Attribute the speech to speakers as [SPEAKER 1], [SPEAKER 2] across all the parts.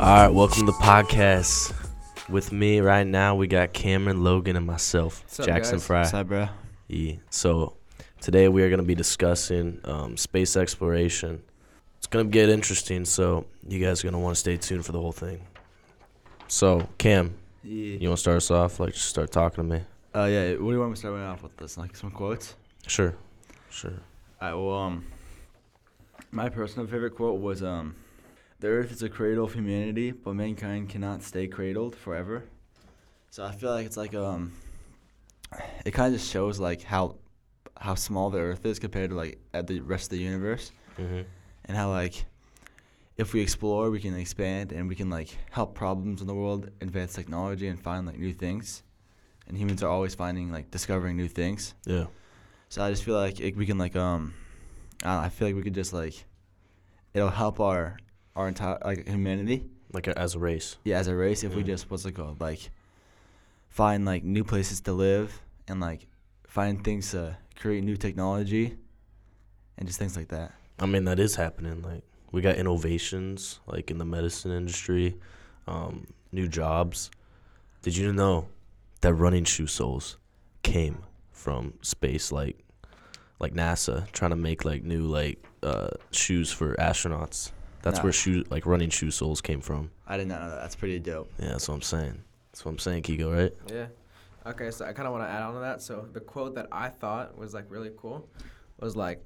[SPEAKER 1] All right, welcome to the podcast. With me right now, we got Cameron, Logan, and myself,
[SPEAKER 2] What's up,
[SPEAKER 1] Jackson
[SPEAKER 2] guys?
[SPEAKER 1] Fry.
[SPEAKER 3] Side, bro.
[SPEAKER 1] Yeah. So today we are going to be discussing um, space exploration. It's going to get interesting, so you guys are going to want to stay tuned for the whole thing. So, Cam,
[SPEAKER 3] Yeah.
[SPEAKER 1] you want to start us off? Like, just start talking to me.
[SPEAKER 3] Uh, yeah. What do you want me to start right off with? This like some quotes.
[SPEAKER 1] Sure. Sure.
[SPEAKER 3] All right. Well, um, my personal favorite quote was um, "The Earth is a cradle of humanity, but mankind cannot stay cradled forever." So I feel like it's like um, it kind of just shows like how how small the Earth is compared to like at the rest of the universe,
[SPEAKER 1] hmm
[SPEAKER 3] and how like if we explore, we can expand and we can like help problems in the world, advance technology, and find like new things. And humans are always finding like discovering new things.
[SPEAKER 1] Yeah.
[SPEAKER 3] So I just feel like it, we can like um, I, don't know, I feel like we could just like, it'll help our our entire like humanity,
[SPEAKER 1] Like, a, as a race.
[SPEAKER 3] yeah, as a race if we
[SPEAKER 1] Mhm.
[SPEAKER 3] just what's it called like, find like new places to live and like find things to create new technology, and just things like that.
[SPEAKER 1] I mean, that is happening. Like, we got innovations, like in the medicine industry, um, new jobs. Did you know that running shoe soles came from space, like, like NASA trying to make like new like uh, shoes for astronauts? That's
[SPEAKER 3] Nah.
[SPEAKER 1] where shoe like running shoe soles came from.
[SPEAKER 3] I did not know that. That's pretty dope.
[SPEAKER 1] Yeah, that's what I'm saying. That's what I'm saying, Kiko. Right?
[SPEAKER 2] Yeah. Okay, so I kind of want to add on to that. So the quote that I thought was like really cool was like,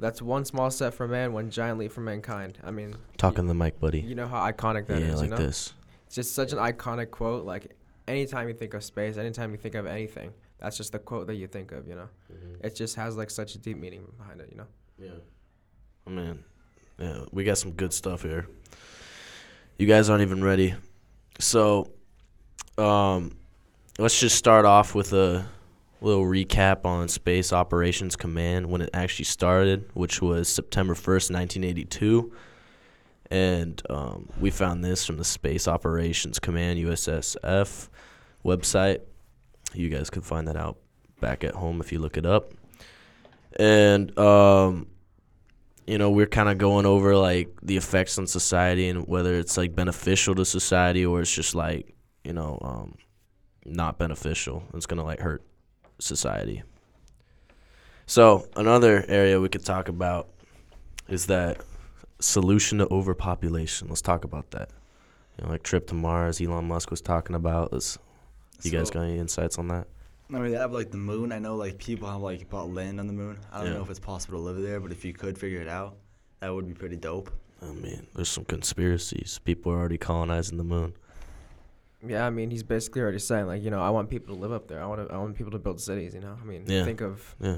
[SPEAKER 2] "That's one small step for man, one giant leap for mankind." I mean,
[SPEAKER 1] Talking to the mic, buddy.
[SPEAKER 2] you know how iconic that is.
[SPEAKER 1] yeah,
[SPEAKER 2] you
[SPEAKER 1] like
[SPEAKER 2] know?
[SPEAKER 1] this.
[SPEAKER 2] It's just such an iconic quote. Like, anytime you think of space, anytime you think of anything, that's just the quote that you think of. You know,
[SPEAKER 1] Mm-hmm.
[SPEAKER 2] it just has like such a deep meaning behind it. You know.
[SPEAKER 1] Yeah. I mean, yeah, we got some good stuff here. You guys aren't even ready. So, um, let's just start off with a little recap on Space Operations Command when it actually started, which was September 1st, 1982. And um, we found this from the Space Operations Command USSF website. You guys could find that out back at home if you look it up and um, you know we're kind of going over like the effects on society and whether it's like beneficial to society or it's just like you know um, not beneficial it's gonna like hurt society so another area we could talk about is that solution to overpopulation let's talk about that you know, like trip to mars elon musk was talking about let's, you guys
[SPEAKER 3] So-
[SPEAKER 1] got any insights on that
[SPEAKER 3] I mean, they have like the moon. I know like people have like bought land on the moon. I don't
[SPEAKER 1] Yeah.
[SPEAKER 3] know if it's possible to live there, but if you could figure it out, that would be pretty dope.
[SPEAKER 1] i mean there's some conspiracies people are already colonizing the moon
[SPEAKER 2] Yeah, I mean, he's basically already saying like, you know, I want people to live up there. I want to, I want people to build cities. You know, I mean,
[SPEAKER 1] Yeah.
[SPEAKER 2] think of
[SPEAKER 1] yeah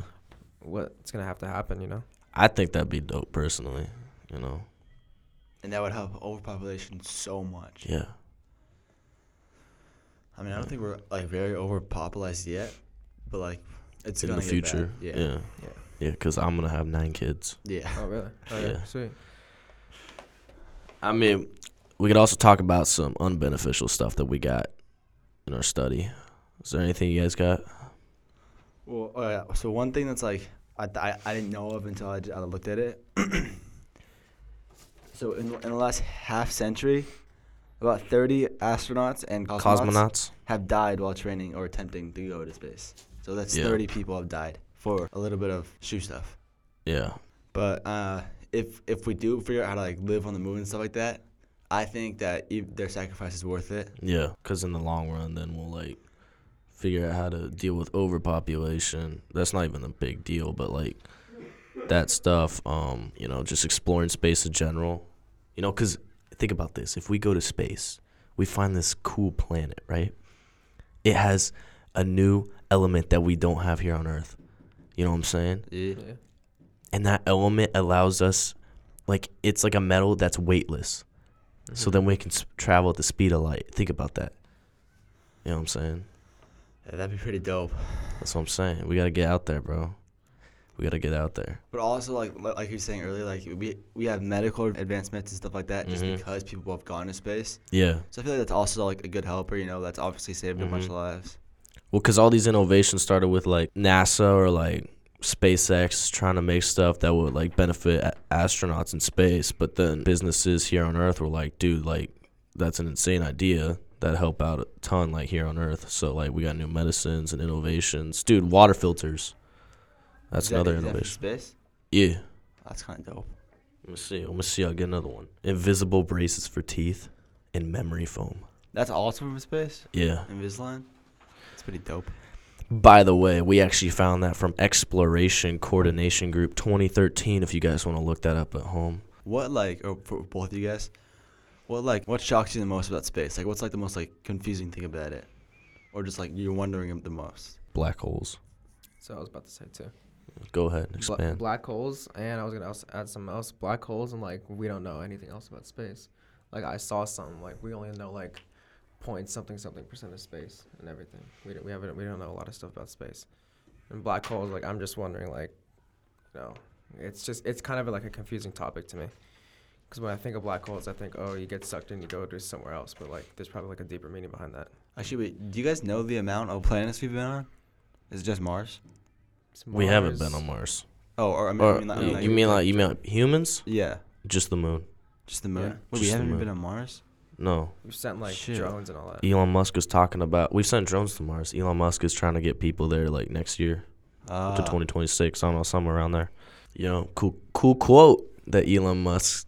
[SPEAKER 2] what's gonna have to happen. You know.
[SPEAKER 1] I think that'd be dope personally. You know.
[SPEAKER 3] And that would help overpopulation so much.
[SPEAKER 1] Yeah.
[SPEAKER 3] I mean, I don't think we're like very overpopulated yet, but like it's
[SPEAKER 1] in
[SPEAKER 3] gonna
[SPEAKER 1] the
[SPEAKER 3] get bad.
[SPEAKER 1] future. Yeah.
[SPEAKER 3] Yeah.
[SPEAKER 1] Yeah. Cause I'm gonna have nine kids.
[SPEAKER 3] Yeah.
[SPEAKER 2] Oh really? Oh,
[SPEAKER 1] Yeah.
[SPEAKER 2] yeah. Sweet.
[SPEAKER 1] I mean, we could also talk about some unbeneficial stuff that we got in our study. Is there anything you guys got?
[SPEAKER 3] Well, oh, yeah. so one thing that's like I, I, I didn't know of until I, j- I looked at it. so in, in the last half century, about 30 astronauts and cosmonauts,
[SPEAKER 1] Cosmonauts.
[SPEAKER 3] have died while training or attempting to go to space. So that's
[SPEAKER 1] Yeah.
[SPEAKER 3] 30 people have died for a little bit of shoe stuff.
[SPEAKER 1] Yeah.
[SPEAKER 3] But uh, if if we do figure out how to like live on the moon and stuff like that, I think that e- their sacrifice is worth it.
[SPEAKER 1] Yeah. Cause in the long run, then we'll like figure out how to deal with overpopulation. That's not even a big deal, but like that stuff. Um, you know, just exploring space in general. You know, cause think about this: if we go to space, we find this cool planet, right? It has a new element that we don't have here on Earth. You know what I'm saying?
[SPEAKER 3] Yeah.
[SPEAKER 2] Yeah.
[SPEAKER 1] and that element allows us like it's like a metal that's weightless so then we can s- travel at the speed of light think about that you know what i'm saying
[SPEAKER 3] That'd be pretty dope.
[SPEAKER 1] that's what i'm saying we gotta get out there bro we gotta get out there
[SPEAKER 3] But also like li- like you were saying earlier, like we we have medical advancements and stuff like that just
[SPEAKER 1] Mhm.
[SPEAKER 3] because people have gone to space.
[SPEAKER 1] yeah
[SPEAKER 3] So I feel like that's also like a good helper. You know, that's obviously saved a
[SPEAKER 1] Mm-hmm.
[SPEAKER 3] bunch of lives.
[SPEAKER 1] well because all these innovations started with like nasa or like spacex trying to make stuff that would like benefit a- astronauts in space but then businesses here on earth were like dude like that's an insane idea that help out a ton like here on earth so like we got new medicines and innovations dude water filters that's
[SPEAKER 3] Is that-
[SPEAKER 1] another
[SPEAKER 3] is that from
[SPEAKER 1] innovation
[SPEAKER 3] Space.
[SPEAKER 1] yeah
[SPEAKER 3] That's kind of dope.
[SPEAKER 1] let me see let me see i'll get another one invisible braces for teeth and memory foam
[SPEAKER 3] That's also from space.
[SPEAKER 1] yeah
[SPEAKER 3] Invisalign. It's pretty dope.
[SPEAKER 1] by the way we actually found that from exploration coordination group 2013 if you guys want to look that up at home
[SPEAKER 3] What like, or for both of you guys, what like, what shocks you the most about space? Like, what's like the most like confusing thing about it, or just like you're wondering the most?
[SPEAKER 1] black holes
[SPEAKER 2] So I was about to say too.
[SPEAKER 1] go ahead
[SPEAKER 2] Bla-
[SPEAKER 1] expand
[SPEAKER 2] black holes, and I was gonna also add something else. Black holes, and like we don't know anything else about space. Like I saw some, like we only know like point something something percent of space and everything. We don't, we haven't we don't know a lot of stuff about space. And black holes, like I'm just wondering, like, you know, it's just it's kind of like a confusing topic to me. Because when I think of black holes, I think, oh, you get sucked in, you go to somewhere else. But like, there's probably like a deeper meaning behind that.
[SPEAKER 3] Actually, wait, do you guys know the amount of planets we've been on? Is it just Mars?
[SPEAKER 2] It's
[SPEAKER 1] we haven't been
[SPEAKER 2] Mars.
[SPEAKER 1] on mars
[SPEAKER 3] Oh, or I mean, I
[SPEAKER 1] or,
[SPEAKER 3] mean, like-
[SPEAKER 1] you-
[SPEAKER 3] like-
[SPEAKER 1] you mean like you mean like humans
[SPEAKER 3] yeah,
[SPEAKER 1] just the moon
[SPEAKER 3] just the moon.
[SPEAKER 2] Yeah.
[SPEAKER 3] Wait, we
[SPEAKER 1] Just the
[SPEAKER 3] haven't even
[SPEAKER 1] moon.
[SPEAKER 3] been on Mars.
[SPEAKER 1] no
[SPEAKER 2] We've sent like
[SPEAKER 3] Shit.
[SPEAKER 2] drones and all that.
[SPEAKER 1] Elon Musk was talking about. We've sent drones to Mars. Elon Musk is trying to get people there like next year
[SPEAKER 3] Uh,
[SPEAKER 1] to 2026. I don't know, somewhere around there. You know, cool, cool quote that Elon Musk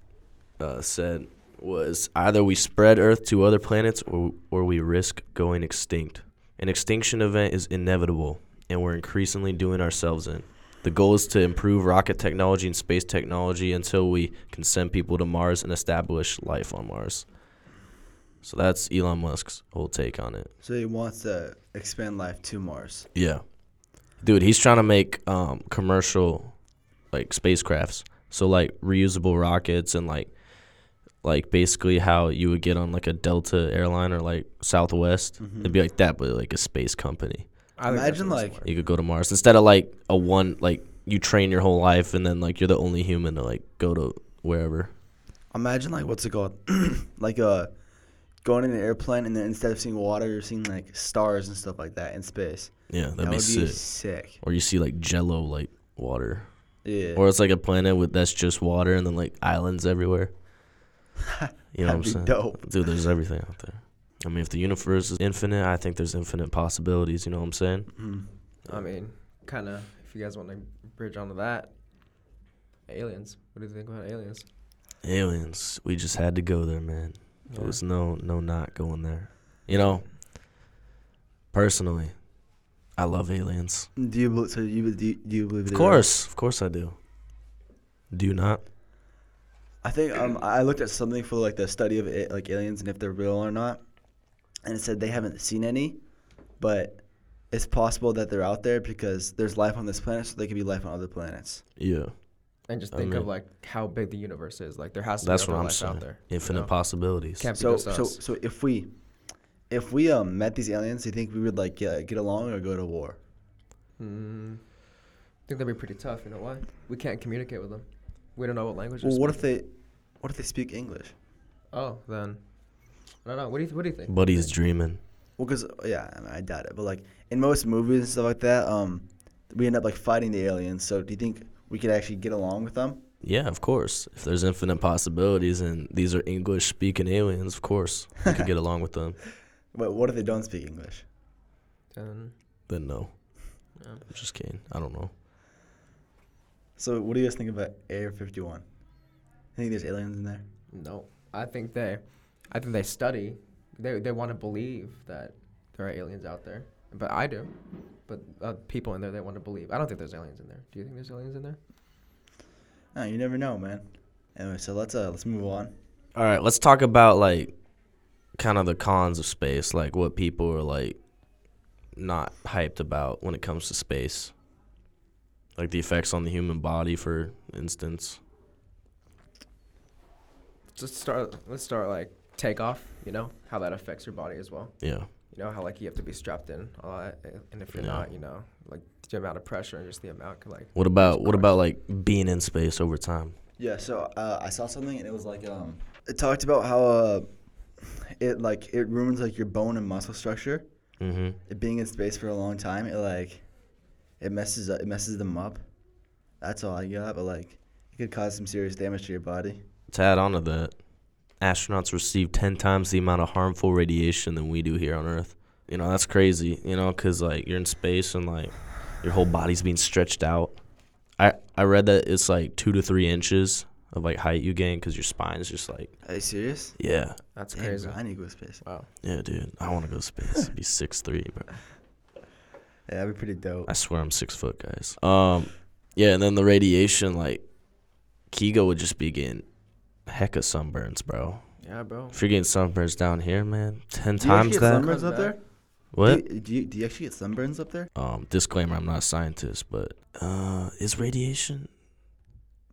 [SPEAKER 1] uh, said was either we spread Earth to other planets or or we risk going extinct. An extinction event is inevitable, and we're increasingly doing ourselves in. The goal is to improve rocket technology and space technology until we can send people to Mars and establish life on Mars. So that's Elon Musk's whole take on it.
[SPEAKER 3] So he wants to expand life to Mars.
[SPEAKER 1] Yeah. Dude, he's trying to make um, commercial like spacecrafts. So like reusable rockets and like like basically how you would get on like a Delta airline or like Southwest.
[SPEAKER 3] Mm-hmm.
[SPEAKER 1] It'd be like that, but like a space company.
[SPEAKER 2] I think that's
[SPEAKER 3] Imagine,
[SPEAKER 2] where
[SPEAKER 3] like,
[SPEAKER 2] somewhere.
[SPEAKER 1] You could go to Mars instead of like a one like you train your whole life and then like you're the only human to like go to wherever.
[SPEAKER 3] Imagine like what's it called? like uh, going in an airplane and then instead of seeing water, you're seeing like stars and stuff like that in space.
[SPEAKER 1] Yeah, that'd
[SPEAKER 3] that
[SPEAKER 1] be
[SPEAKER 3] would
[SPEAKER 1] sick.
[SPEAKER 3] be sick.
[SPEAKER 1] Or you see like Jello like water,
[SPEAKER 3] Yeah.
[SPEAKER 1] or it's like a planet with that's just water and then like islands everywhere. You know what I'm
[SPEAKER 3] That'd be
[SPEAKER 1] saying?
[SPEAKER 3] dope.
[SPEAKER 1] Dude, there's everything out there. I mean, if the universe is infinite, I think there's infinite possibilities. You know what I'm saying?
[SPEAKER 3] Mhm.
[SPEAKER 2] I mean, kind of. If you guys want to bridge onto that, aliens. What do you think about aliens?
[SPEAKER 1] Aliens, we just had to go there, man. There
[SPEAKER 2] Yeah.
[SPEAKER 1] was no, no, not going there. You know, personally, I love aliens.
[SPEAKER 3] Do you believe? So you be- do you, do you believe?
[SPEAKER 1] Of
[SPEAKER 3] it is?
[SPEAKER 1] course, of course, I do. Do you not?
[SPEAKER 3] I think um I looked at something for like the study of a- like aliens and if they're real or not, and it said they haven't seen any, but it's possible that they're out there because there's life on this planet, so they could be life on other planets.
[SPEAKER 1] Yeah,
[SPEAKER 2] And just
[SPEAKER 1] I
[SPEAKER 2] think
[SPEAKER 1] mean-
[SPEAKER 2] of like how big the universe is. Like there has to
[SPEAKER 1] that's
[SPEAKER 2] be
[SPEAKER 1] what
[SPEAKER 2] other
[SPEAKER 1] I'm
[SPEAKER 2] life
[SPEAKER 1] saying.
[SPEAKER 2] out there. you
[SPEAKER 1] Infinite
[SPEAKER 2] know?
[SPEAKER 1] possibilities.
[SPEAKER 2] Can't be
[SPEAKER 3] So
[SPEAKER 2] just
[SPEAKER 3] so
[SPEAKER 2] us.
[SPEAKER 3] so if we, if we um met these aliens, do you think we would like get, get along or go to war?
[SPEAKER 2] Mm, I think that'd be pretty tough. You know why? We can't communicate with them. We don't know what language.
[SPEAKER 3] Well,
[SPEAKER 2] they're
[SPEAKER 3] what if
[SPEAKER 2] speaking.
[SPEAKER 3] they, what if they speak English?
[SPEAKER 2] Oh, then. I don't know. What do you What do you think?
[SPEAKER 1] Buddy's dreaming.
[SPEAKER 3] Well, cause uh, yeah, I, mean, I doubt it, but like in most movies and stuff like that, um, we end up like fighting the aliens. So do you think we could actually get along with them?
[SPEAKER 1] Yeah, of course. If there's infinite possibilities and these are English speaking aliens, of course, we could get along with them.
[SPEAKER 3] But what if they don't speak English?
[SPEAKER 2] Then,
[SPEAKER 1] Then no.
[SPEAKER 2] Yeah.
[SPEAKER 1] I'm just kidding. I don't know.
[SPEAKER 3] So what do you guys think about Air 51? I think there's aliens in there.
[SPEAKER 2] no, I think they, I think they study. They they want to believe that there are aliens out there. But I do. But uh, people in there, they want to believe. I don't think there's aliens in there. Do you think there's aliens in there?
[SPEAKER 3] Oh, you never know, man. Anyway, so let's uh let's move on.
[SPEAKER 1] All right, let's talk about like kind of the cons of space, like what people are like not hyped about when it comes to space. Like the effects on the human body, for instance.
[SPEAKER 2] just start let's start like takeoff you know how that affects your body as well
[SPEAKER 1] Yeah.
[SPEAKER 2] you know how like you have to be strapped in a lot and if you're
[SPEAKER 1] Yeah.
[SPEAKER 2] not you know like the amount of pressure and just the amount could like
[SPEAKER 1] What about what about like being in space over time?
[SPEAKER 3] Yeah, so uh, I saw something and it was like um it talked about how uh it like it ruins like your bone and muscle structure.
[SPEAKER 1] Mm-hmm.
[SPEAKER 3] It being in space for a long time, it like it messes up, it messes them up. That's all I got, but like it could cause some serious damage to your body.
[SPEAKER 1] To add on to that, astronauts receive 10 times the amount of harmful radiation than we do here on Earth. You know, that's crazy, you know, because, like, you're in space and, like, your whole body's being stretched out. I, I read that it's, like, two to three inches of, like, height you gain because your spine's just, like,
[SPEAKER 3] Are you serious?
[SPEAKER 1] yeah.
[SPEAKER 2] That's
[SPEAKER 3] Damn,
[SPEAKER 2] crazy.
[SPEAKER 3] bro, I need to go to space.
[SPEAKER 2] Wow.
[SPEAKER 1] Yeah, dude. I want to go to space. Be six three, bro.
[SPEAKER 3] Yeah, that'd be pretty dope.
[SPEAKER 1] I swear I'm six foot, guys. Um, yeah, and then the radiation, like, Kigo would just be getting hecka sunburns, bro.
[SPEAKER 2] Yeah, bro.
[SPEAKER 1] If you're getting sunburns down here, man, ten
[SPEAKER 3] Do you actually
[SPEAKER 1] times
[SPEAKER 3] get
[SPEAKER 1] that.
[SPEAKER 3] sunburns up there?
[SPEAKER 1] What?
[SPEAKER 3] Do you, do, you, do you actually get sunburns up there?
[SPEAKER 1] Um, disclaimer: I'm not a scientist, but uh, is radiation?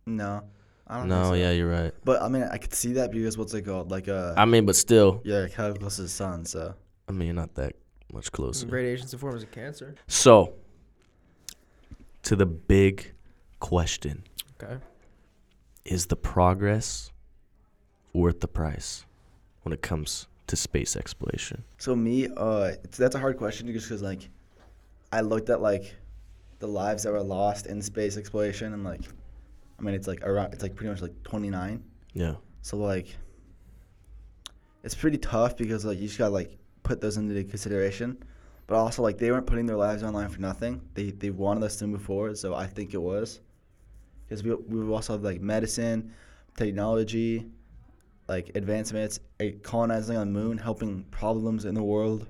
[SPEAKER 3] No. I don't think
[SPEAKER 1] No,
[SPEAKER 3] so.
[SPEAKER 1] yeah, you're right.
[SPEAKER 3] But I mean, I could see that because what's it called? Like uh,
[SPEAKER 1] I mean, but still,
[SPEAKER 3] yeah, like how close to the sun. So
[SPEAKER 1] I mean, you're not that much closer.
[SPEAKER 2] Radiation's a form of cancer.
[SPEAKER 1] So, to the big question:
[SPEAKER 2] Okay.
[SPEAKER 1] Is the progress worth the price when it comes to space exploration?
[SPEAKER 3] So me, uh, it's, that's a hard question just because like, I looked at like, the lives that were lost in space exploration and like, I mean it's like around it's like pretty much like 29.
[SPEAKER 1] Yeah,
[SPEAKER 3] So like, it's pretty tough because like you just gotta like put those into consideration, but also like they weren't putting their lives online for nothing. They they wanted us to move forward, so I think it was, because we we also have like medicine, technology, like advancements, eh, colonizing on the moon, helping problems in the world,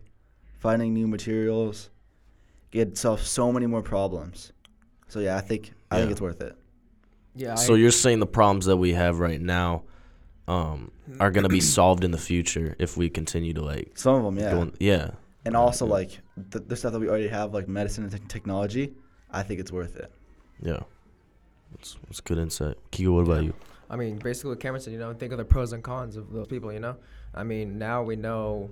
[SPEAKER 3] finding new materials, get solve so many more problems. So yeah, I think I think
[SPEAKER 1] Yeah.
[SPEAKER 3] it's worth it.
[SPEAKER 2] Yeah.
[SPEAKER 1] So
[SPEAKER 2] I,
[SPEAKER 1] you're saying the problems that we have right now um, are gonna be solved in the future if we continue to like
[SPEAKER 3] Some of them, yeah.
[SPEAKER 1] go in- yeah.
[SPEAKER 3] and
[SPEAKER 1] Yeah,
[SPEAKER 3] also
[SPEAKER 1] yeah.
[SPEAKER 3] like the, the stuff that we already have like medicine and tech technology i think it's worth it
[SPEAKER 1] Yeah. That's, that's good insight. Kiko, what about
[SPEAKER 2] Yeah.
[SPEAKER 1] you?
[SPEAKER 2] I mean, basically, what Cameron said, you know, think of the pros and cons of those people, you know? I mean, now we know,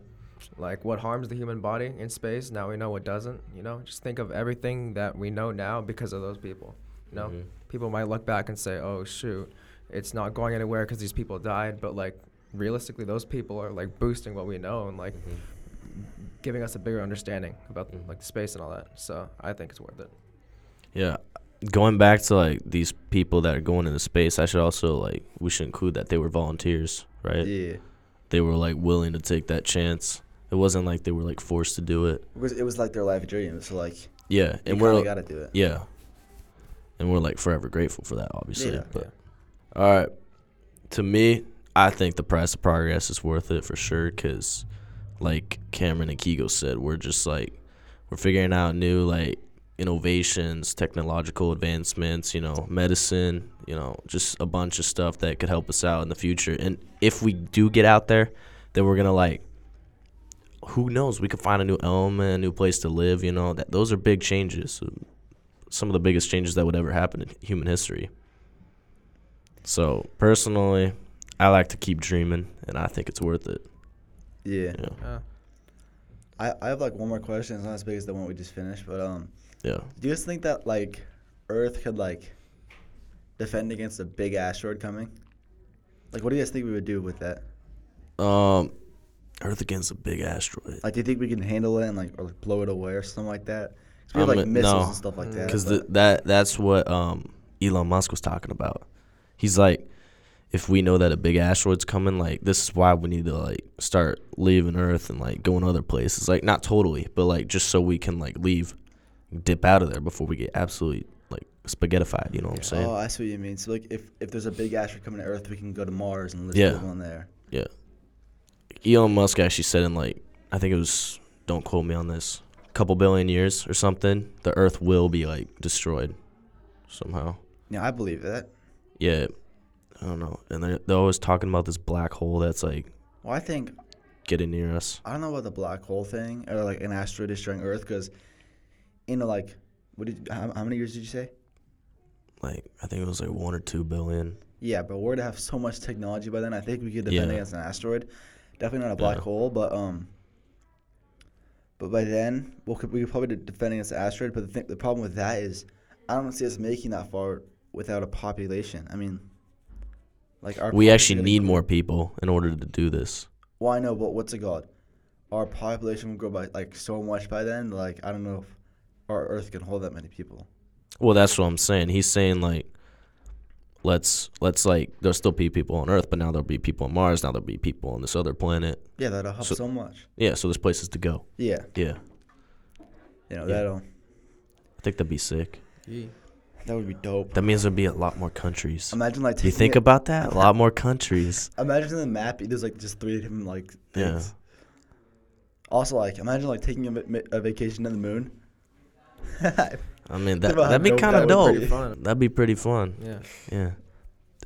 [SPEAKER 2] like, what harms the human body in space. Now we know what doesn't, you know? Just think of everything that we know now because of those people, you know?
[SPEAKER 1] Mhm.
[SPEAKER 2] People might look back and say, oh, shoot, it's not going anywhere because these people died. But, like, realistically, those people are, like, boosting what we know and, like, giving us a bigger understanding about,
[SPEAKER 1] Mhm.
[SPEAKER 2] like, space and all that. So I think it's worth it.
[SPEAKER 1] Yeah. Going back to like these people that are going into space, I should also like we should include that they were volunteers, right?
[SPEAKER 3] yeah
[SPEAKER 1] They were like willing to take that chance. It wasn't like they were like forced to do it.
[SPEAKER 3] it was, it was like their life dream so like you
[SPEAKER 1] Yeah, and
[SPEAKER 3] kinda
[SPEAKER 1] we're
[SPEAKER 3] gotta do it
[SPEAKER 1] yeah, and we're like forever grateful for that, obviously.
[SPEAKER 3] Yeah.
[SPEAKER 1] but All right. To me, I think the price of progress is worth it for sure because, like Cameron and Kigo said, we're just like, we're figuring out new, like, innovations, technological advancements, you know, medicine, you know, just a bunch of stuff that could help us out in the future. And if we do get out there, then we're going to, like, who knows? We could find a new element, a new place to live, you know. That Those are big changes. Some of the biggest changes that would ever happen in human history. So personally, I like to keep dreaming, and I think it's worth it.
[SPEAKER 3] yeah
[SPEAKER 1] Yeah,
[SPEAKER 2] Uh,
[SPEAKER 3] I, I have like one more question it's not as big as the one we just finished but um
[SPEAKER 1] yeah.
[SPEAKER 3] do you guys think that like earth could like defend against a big asteroid coming like what do you guys think we would do with that
[SPEAKER 1] Um, Earth against a big asteroid.
[SPEAKER 3] like do you think we can handle it and like or like blow it away or something like that 'Cause we have
[SPEAKER 1] Um,
[SPEAKER 3] like missiles
[SPEAKER 1] no. Mm.
[SPEAKER 3] and stuff like that
[SPEAKER 1] Because
[SPEAKER 3] but-
[SPEAKER 1] that that's what um Elon Musk was talking about. He's like, if we know that a big asteroid's coming, like this is why we need to like start leaving Earth and like going other places. Like not totally, but like just so we can like leave, dip out of there before we get absolutely like spaghettified. You know what I'm saying?
[SPEAKER 3] Oh, I see what you mean. So like, if, if there's a big asteroid coming to Earth, we can go to Mars and live
[SPEAKER 1] Yeah.
[SPEAKER 3] live on there.
[SPEAKER 1] Elon Musk actually said in like I think it was don't quote me on this a couple billion years or something the Earth will be like destroyed somehow.
[SPEAKER 3] Yeah, I believe that.
[SPEAKER 1] Yeah, I don't know. And they're, they're always talking about this black hole that's like
[SPEAKER 3] Well, I think
[SPEAKER 1] getting near us.
[SPEAKER 3] I don't know about the black hole thing or like an asteroid destroying Earth because, you know, like, what did how, how many years did you say?
[SPEAKER 1] Like I think it was like one or two billion.
[SPEAKER 3] Yeah, but we're to have so much technology by then. I think we could defend
[SPEAKER 1] Yeah.
[SPEAKER 3] against an asteroid. Definitely not a black
[SPEAKER 1] Yeah.
[SPEAKER 3] hole, but um. But by then, we'll, could- we could probably de- defend against an asteroid. But the th- the problem with that is, I don't see us making that far without a population. I mean, like our
[SPEAKER 1] We
[SPEAKER 3] population's
[SPEAKER 1] actually
[SPEAKER 3] gonna
[SPEAKER 1] need
[SPEAKER 3] grow.
[SPEAKER 1] more people in order to do this.
[SPEAKER 3] Well, I know, but what's it called? Our population will grow by like so much by then. Like I don't know if our Earth can hold that many people.
[SPEAKER 1] Well, that's what I'm saying. He's saying like let's let's like there'll still be people on Earth, but now there'll be people on Mars. Now there'll be people on this other planet.
[SPEAKER 3] Yeah, that'll help
[SPEAKER 1] So-
[SPEAKER 3] so, much.
[SPEAKER 1] Yeah, so there's places to go.
[SPEAKER 3] Yeah,
[SPEAKER 1] Yeah,
[SPEAKER 3] you
[SPEAKER 1] Yeah.
[SPEAKER 3] know that'll
[SPEAKER 1] I think that'd be sick.
[SPEAKER 2] Yeah.
[SPEAKER 3] that would be dope.
[SPEAKER 1] That means there'd be a lot more countries.
[SPEAKER 3] Imagine like taking
[SPEAKER 1] You think
[SPEAKER 3] it-
[SPEAKER 1] about that? A lot more countries.
[SPEAKER 3] Imagine the map. There's like just three different like
[SPEAKER 1] Yeah.
[SPEAKER 3] things. Also, like imagine like taking a, va- a vacation to the moon.
[SPEAKER 1] I mean,
[SPEAKER 3] Think
[SPEAKER 1] that
[SPEAKER 3] about how
[SPEAKER 1] that'd be
[SPEAKER 3] dope
[SPEAKER 1] kind of
[SPEAKER 3] that would
[SPEAKER 1] dope.
[SPEAKER 3] be.
[SPEAKER 2] Fun.
[SPEAKER 1] That'd be pretty fun.
[SPEAKER 2] Yeah.
[SPEAKER 1] Yeah.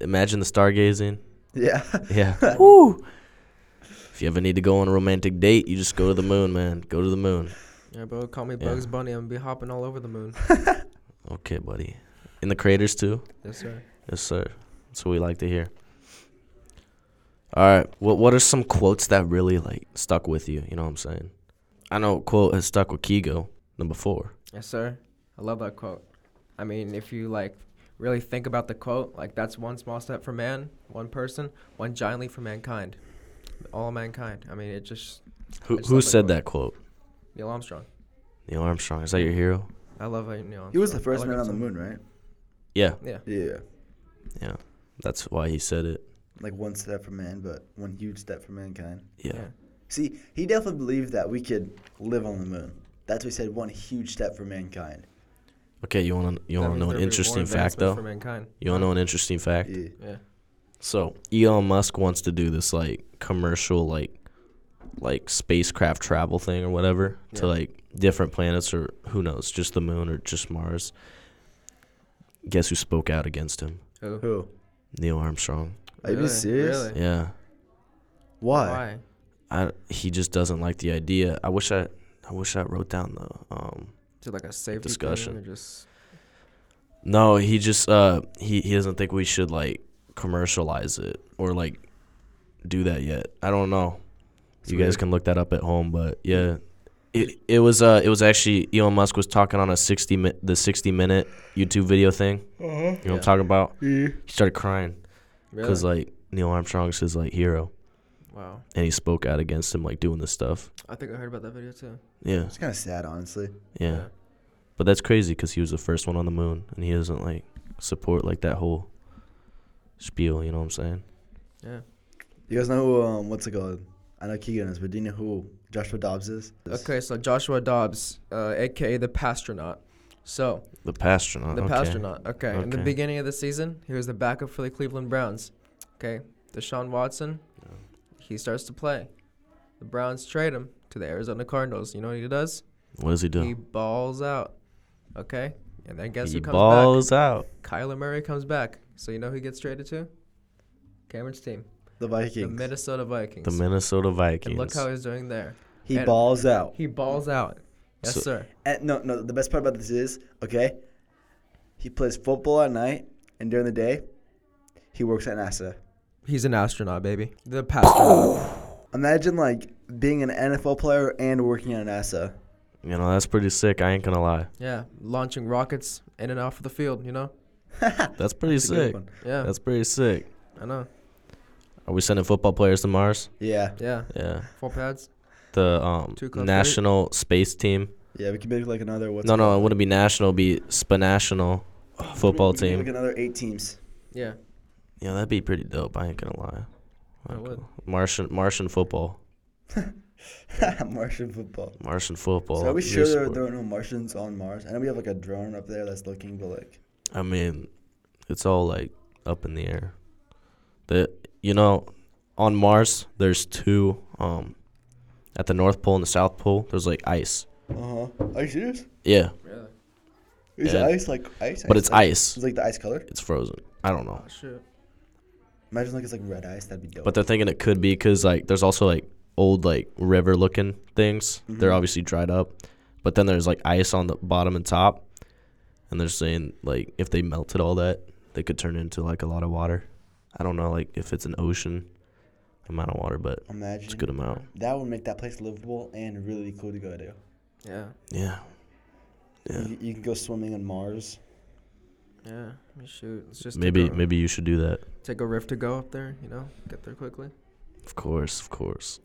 [SPEAKER 1] Imagine the stargazing.
[SPEAKER 3] yeah.
[SPEAKER 1] Yeah. Woo. If you ever need to go on a romantic date, you just go to the moon, man. Go to the moon.
[SPEAKER 2] Yeah, bro. Call me
[SPEAKER 1] Yeah.
[SPEAKER 2] Bugs Bunny. I'm gonna be hopping all over the moon.
[SPEAKER 1] Okay, buddy. In the craters too.
[SPEAKER 2] yes, sir.
[SPEAKER 1] Yes, sir. That's what we like to hear. All right. What What are some quotes that really like stuck with you? You know what I'm saying? I know a quote has stuck with Kigo number four.
[SPEAKER 2] Yes, sir. I love that quote. I mean, if you like really think about the quote, like that's one small step for man, one person, one giant leap for mankind, all mankind. I mean, it just
[SPEAKER 1] Who
[SPEAKER 2] I just
[SPEAKER 1] Who
[SPEAKER 2] love that
[SPEAKER 1] said
[SPEAKER 2] quote.
[SPEAKER 1] that quote?
[SPEAKER 2] Neil Armstrong.
[SPEAKER 1] Neil Armstrong. Is that your hero?
[SPEAKER 2] I love uh, Neil. Armstrong.
[SPEAKER 3] He was the
[SPEAKER 2] I
[SPEAKER 3] first
[SPEAKER 2] look
[SPEAKER 3] man on
[SPEAKER 2] up
[SPEAKER 3] the
[SPEAKER 2] to him.
[SPEAKER 3] moon, right?
[SPEAKER 1] Yeah.
[SPEAKER 2] Yeah.
[SPEAKER 3] Yeah.
[SPEAKER 1] That's why he said it.
[SPEAKER 3] Like one step for man, but one huge step for mankind.
[SPEAKER 1] Yeah.
[SPEAKER 3] See, he definitely believed that we could live on the moon. That's what he said. One huge step for mankind.
[SPEAKER 1] Okay. You wanna You
[SPEAKER 2] That
[SPEAKER 1] wanna
[SPEAKER 2] means
[SPEAKER 1] know an
[SPEAKER 2] there'd be more
[SPEAKER 1] interesting fact
[SPEAKER 2] advancement
[SPEAKER 1] though?
[SPEAKER 2] For mankind.
[SPEAKER 1] You wanna know an interesting fact?
[SPEAKER 3] Yeah.
[SPEAKER 2] Yeah.
[SPEAKER 1] So Elon Musk wants to do this like commercial like like spacecraft travel thing or whatever to
[SPEAKER 2] Yeah.
[SPEAKER 1] like different planets or who knows, just the moon or just Mars. Guess who spoke out against him?
[SPEAKER 2] Who?
[SPEAKER 3] Who?
[SPEAKER 1] Neil Armstrong.
[SPEAKER 3] Are you serious?
[SPEAKER 2] Really?
[SPEAKER 1] Yeah.
[SPEAKER 3] Why?
[SPEAKER 2] Why?
[SPEAKER 1] I he just doesn't like the idea. I wish I I wish I wrote down the um
[SPEAKER 2] Is it like a safety thing
[SPEAKER 1] Discussion.
[SPEAKER 2] or just
[SPEAKER 1] No, he just uh he, he doesn't think we should like commercialize it or like do that yet. I don't know.
[SPEAKER 3] It's
[SPEAKER 1] you guys
[SPEAKER 3] weird.
[SPEAKER 1] can look that up at home, but yeah. It, it was uh it was actually Elon Musk was talking on a 60 mi- the 60 minute YouTube video thing. You know what I'm
[SPEAKER 2] Yeah.
[SPEAKER 1] talking about?
[SPEAKER 3] Yeah.
[SPEAKER 1] He started crying
[SPEAKER 2] really?
[SPEAKER 1] cuz like Neil Armstrong's his like hero
[SPEAKER 2] wow.
[SPEAKER 1] and he spoke out against him like doing this stuff.
[SPEAKER 2] I think I heard about that video too.
[SPEAKER 1] Yeah.
[SPEAKER 3] It's kind of sad, honestly.
[SPEAKER 1] Yeah. But that's crazy cuz he was the first one on the moon and he doesn't like support like that whole spiel, you know what I'm saying?
[SPEAKER 2] Yeah.
[SPEAKER 3] You guys know who, um, what's it called? I know Keegan is, but do you know who Joshua Dobbs is?
[SPEAKER 2] Okay, so Joshua Dobbs, uh, aka the Pastronaut. So
[SPEAKER 1] The pastronaut.
[SPEAKER 2] The
[SPEAKER 1] okay.
[SPEAKER 2] Pastronaut. Okay. In the
[SPEAKER 1] Okay.
[SPEAKER 2] beginning of the season, he was the backup for the Cleveland Browns. Okay. Deshaun Watson,
[SPEAKER 1] Yeah.
[SPEAKER 2] he starts to play. The Browns trade him to the Arizona Cardinals. You know what he does?
[SPEAKER 1] What does he do?
[SPEAKER 2] He balls out. Okay. And then guess
[SPEAKER 1] he
[SPEAKER 2] who comes
[SPEAKER 1] balls out.
[SPEAKER 2] back? Kyler Murray comes back. So you know who he gets traded to? Cameron's team,
[SPEAKER 3] The
[SPEAKER 2] the
[SPEAKER 3] Vikings.
[SPEAKER 2] Minnesota Vikings.
[SPEAKER 1] The Minnesota Vikings.
[SPEAKER 2] and look how he's doing there.
[SPEAKER 3] he
[SPEAKER 2] and-
[SPEAKER 3] balls out.
[SPEAKER 2] He balls out. Yes,
[SPEAKER 1] So-
[SPEAKER 2] sir.
[SPEAKER 3] And no, no. The best part about this is, okay, he plays football at night, and during the day, he works at NASA.
[SPEAKER 2] He's an astronaut, baby. The Pastronaut.
[SPEAKER 3] Imagine like being an NFL player and working at NASA.
[SPEAKER 1] you know, that's pretty sick. I ain't gonna lie.
[SPEAKER 2] yeah, launching rockets in and off of the field, you know?
[SPEAKER 1] That's pretty
[SPEAKER 3] That's a good
[SPEAKER 1] sick.
[SPEAKER 3] one.
[SPEAKER 2] Yeah,
[SPEAKER 1] That's pretty sick.
[SPEAKER 2] I know.
[SPEAKER 1] Are we sending football players to Mars?
[SPEAKER 3] Yeah,
[SPEAKER 2] Yeah,
[SPEAKER 1] Yeah.
[SPEAKER 2] four pads.
[SPEAKER 1] The um
[SPEAKER 2] Two clubs, right?
[SPEAKER 1] national space team.
[SPEAKER 3] yeah. We could make like another what's
[SPEAKER 1] no,
[SPEAKER 3] it
[SPEAKER 1] no, it
[SPEAKER 3] called?
[SPEAKER 1] wouldn't be national. It'd be spanational football
[SPEAKER 3] We could make,
[SPEAKER 1] team.
[SPEAKER 3] Like another eight teams.
[SPEAKER 2] Yeah,
[SPEAKER 1] Yeah, that'd be pretty dope. I ain't gonna lie. I
[SPEAKER 2] It
[SPEAKER 1] ain't
[SPEAKER 2] would.
[SPEAKER 1] gonna- Martian Martian football.
[SPEAKER 3] Martian football.
[SPEAKER 1] Martian football.
[SPEAKER 3] so are we
[SPEAKER 1] new
[SPEAKER 3] sure there,
[SPEAKER 1] sport.
[SPEAKER 3] there are no Martians on Mars? I know we have like a drone up there that's looking, but like
[SPEAKER 1] I mean, it's all like up in the air. The you know, on Mars there's two um at the North Pole and the South Pole, there's like ice.
[SPEAKER 3] Uh huh. Are you serious?
[SPEAKER 1] Yeah.
[SPEAKER 2] really.
[SPEAKER 3] Is
[SPEAKER 1] Yeah.
[SPEAKER 3] ice like ice?
[SPEAKER 1] But it's
[SPEAKER 3] like,
[SPEAKER 1] ice.
[SPEAKER 3] It's like the ice color.
[SPEAKER 1] It's frozen. I don't know.
[SPEAKER 2] Oh shoot.
[SPEAKER 3] Imagine like it's like red ice. That'd be dope.
[SPEAKER 1] But they're thinking it could be cuz like there's also like old like river looking things. They're
[SPEAKER 3] Mhm.
[SPEAKER 1] obviously dried up. But then there's like ice on the bottom and top. And they're saying like if they melted all that, they could turn into like a lot of water. I don't know like if it's an ocean amount of water, but
[SPEAKER 3] imagine
[SPEAKER 1] it's a good amount.
[SPEAKER 3] that would make that place livable and really cool to go to.
[SPEAKER 2] Yeah,
[SPEAKER 1] Yeah. Yeah.
[SPEAKER 3] You, you can go swimming on Mars.
[SPEAKER 2] yeah. I mean, Shoot, let's just
[SPEAKER 1] maybe
[SPEAKER 2] take a,
[SPEAKER 1] maybe you should do that.
[SPEAKER 2] take a rift to go up there. You know, get there quickly.
[SPEAKER 1] Of course, of course.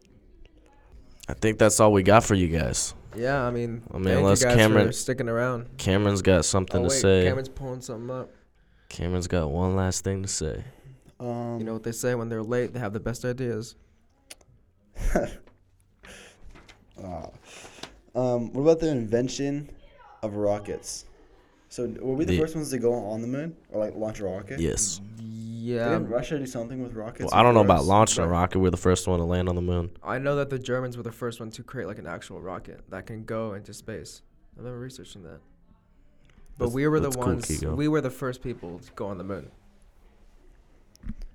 [SPEAKER 1] I think that's all we got for you guys.
[SPEAKER 2] Yeah, I mean,
[SPEAKER 1] I mean,
[SPEAKER 2] thank
[SPEAKER 1] unless
[SPEAKER 2] you guys
[SPEAKER 1] Cameron-
[SPEAKER 2] for sticking around.
[SPEAKER 1] Cameron's got something to
[SPEAKER 2] oh wait,
[SPEAKER 1] say.
[SPEAKER 2] Cameron's pulling something up.
[SPEAKER 1] Cameron's got one last thing to say.
[SPEAKER 3] Um,
[SPEAKER 2] You know what they say when they're late, they have the best ideas.
[SPEAKER 3] ah. um, what about the invention of rockets? So were we the,
[SPEAKER 1] The-
[SPEAKER 3] first ones to go on the moon or like launch a rocket?
[SPEAKER 1] Yes.
[SPEAKER 2] Yeah,
[SPEAKER 3] Didn't Russia do something with rockets?
[SPEAKER 1] Well, I don't know
[SPEAKER 3] before
[SPEAKER 1] about
[SPEAKER 3] us?
[SPEAKER 1] launching a
[SPEAKER 3] But-
[SPEAKER 1] rocket. We're the first one to land on the moon.
[SPEAKER 2] I know that the Germans were the first one to create like an actual rocket that can go into space. I remember researching that. But
[SPEAKER 1] That's-
[SPEAKER 2] we were the
[SPEAKER 1] that's cool,
[SPEAKER 2] ones.
[SPEAKER 1] Kigo.
[SPEAKER 2] we were the first people to go on the moon.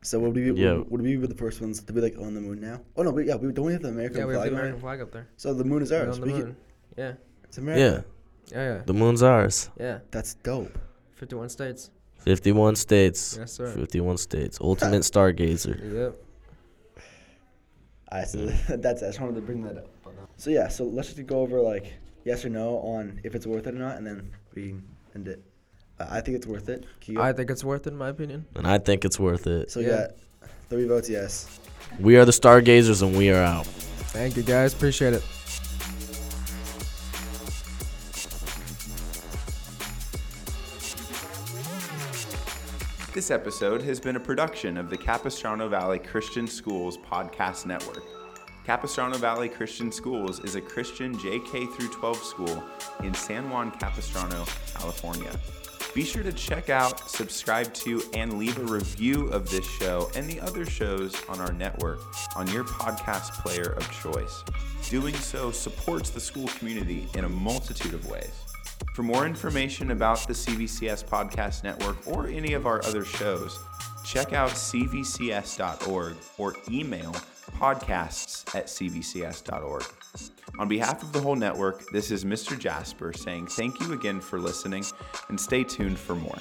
[SPEAKER 3] So would we,
[SPEAKER 1] Yeah.
[SPEAKER 3] would, would we be the first ones to be like on the moon now? Oh no, but yeah, we don't we have the American
[SPEAKER 2] Yeah, we have the
[SPEAKER 3] flag. on it?
[SPEAKER 2] American flag up there.
[SPEAKER 3] So the moon is
[SPEAKER 2] We're
[SPEAKER 3] ours.
[SPEAKER 2] on the
[SPEAKER 3] We can-
[SPEAKER 2] moon. Yeah,
[SPEAKER 3] it's America.
[SPEAKER 2] yeah, yeah,
[SPEAKER 1] The moon's ours.
[SPEAKER 2] yeah.
[SPEAKER 3] That's dope.
[SPEAKER 2] Fifty-one states.
[SPEAKER 1] 51 states.
[SPEAKER 2] Yes, sir.
[SPEAKER 1] 51 states. Ultimate stargazer.
[SPEAKER 2] Yep.
[SPEAKER 3] I so that's I just wanted to bring that up. uh, So yeah, so let's just go over like yes or no on if it's worth it or not, and then we can end it. Uh, I think it's worth it. Kiyo?
[SPEAKER 2] I think it's worth it, in my opinion.
[SPEAKER 1] And I think it's worth it.
[SPEAKER 3] so yeah,
[SPEAKER 2] yeah.
[SPEAKER 3] three votes yes.
[SPEAKER 1] We are the stargazers and we are out.
[SPEAKER 2] Thank you guys. Appreciate it.
[SPEAKER 4] This episode has been a production of the Capistrano Valley Christian Schools Podcast Network. Capistrano Valley Christian Schools is a Christian JK through 12 school in San Juan Capistrano, California. Be sure to check out, subscribe to, and leave a review of this show and the other shows on our network on your podcast player of choice. Doing so supports the school community in a multitude of ways. For more information about the CVCS Podcast Network or any of our other shows, check out cvcs.org or email podcasts at cvcs.org. On behalf of the whole network, this is Mr. Jasper saying thank you again for listening and stay tuned for more.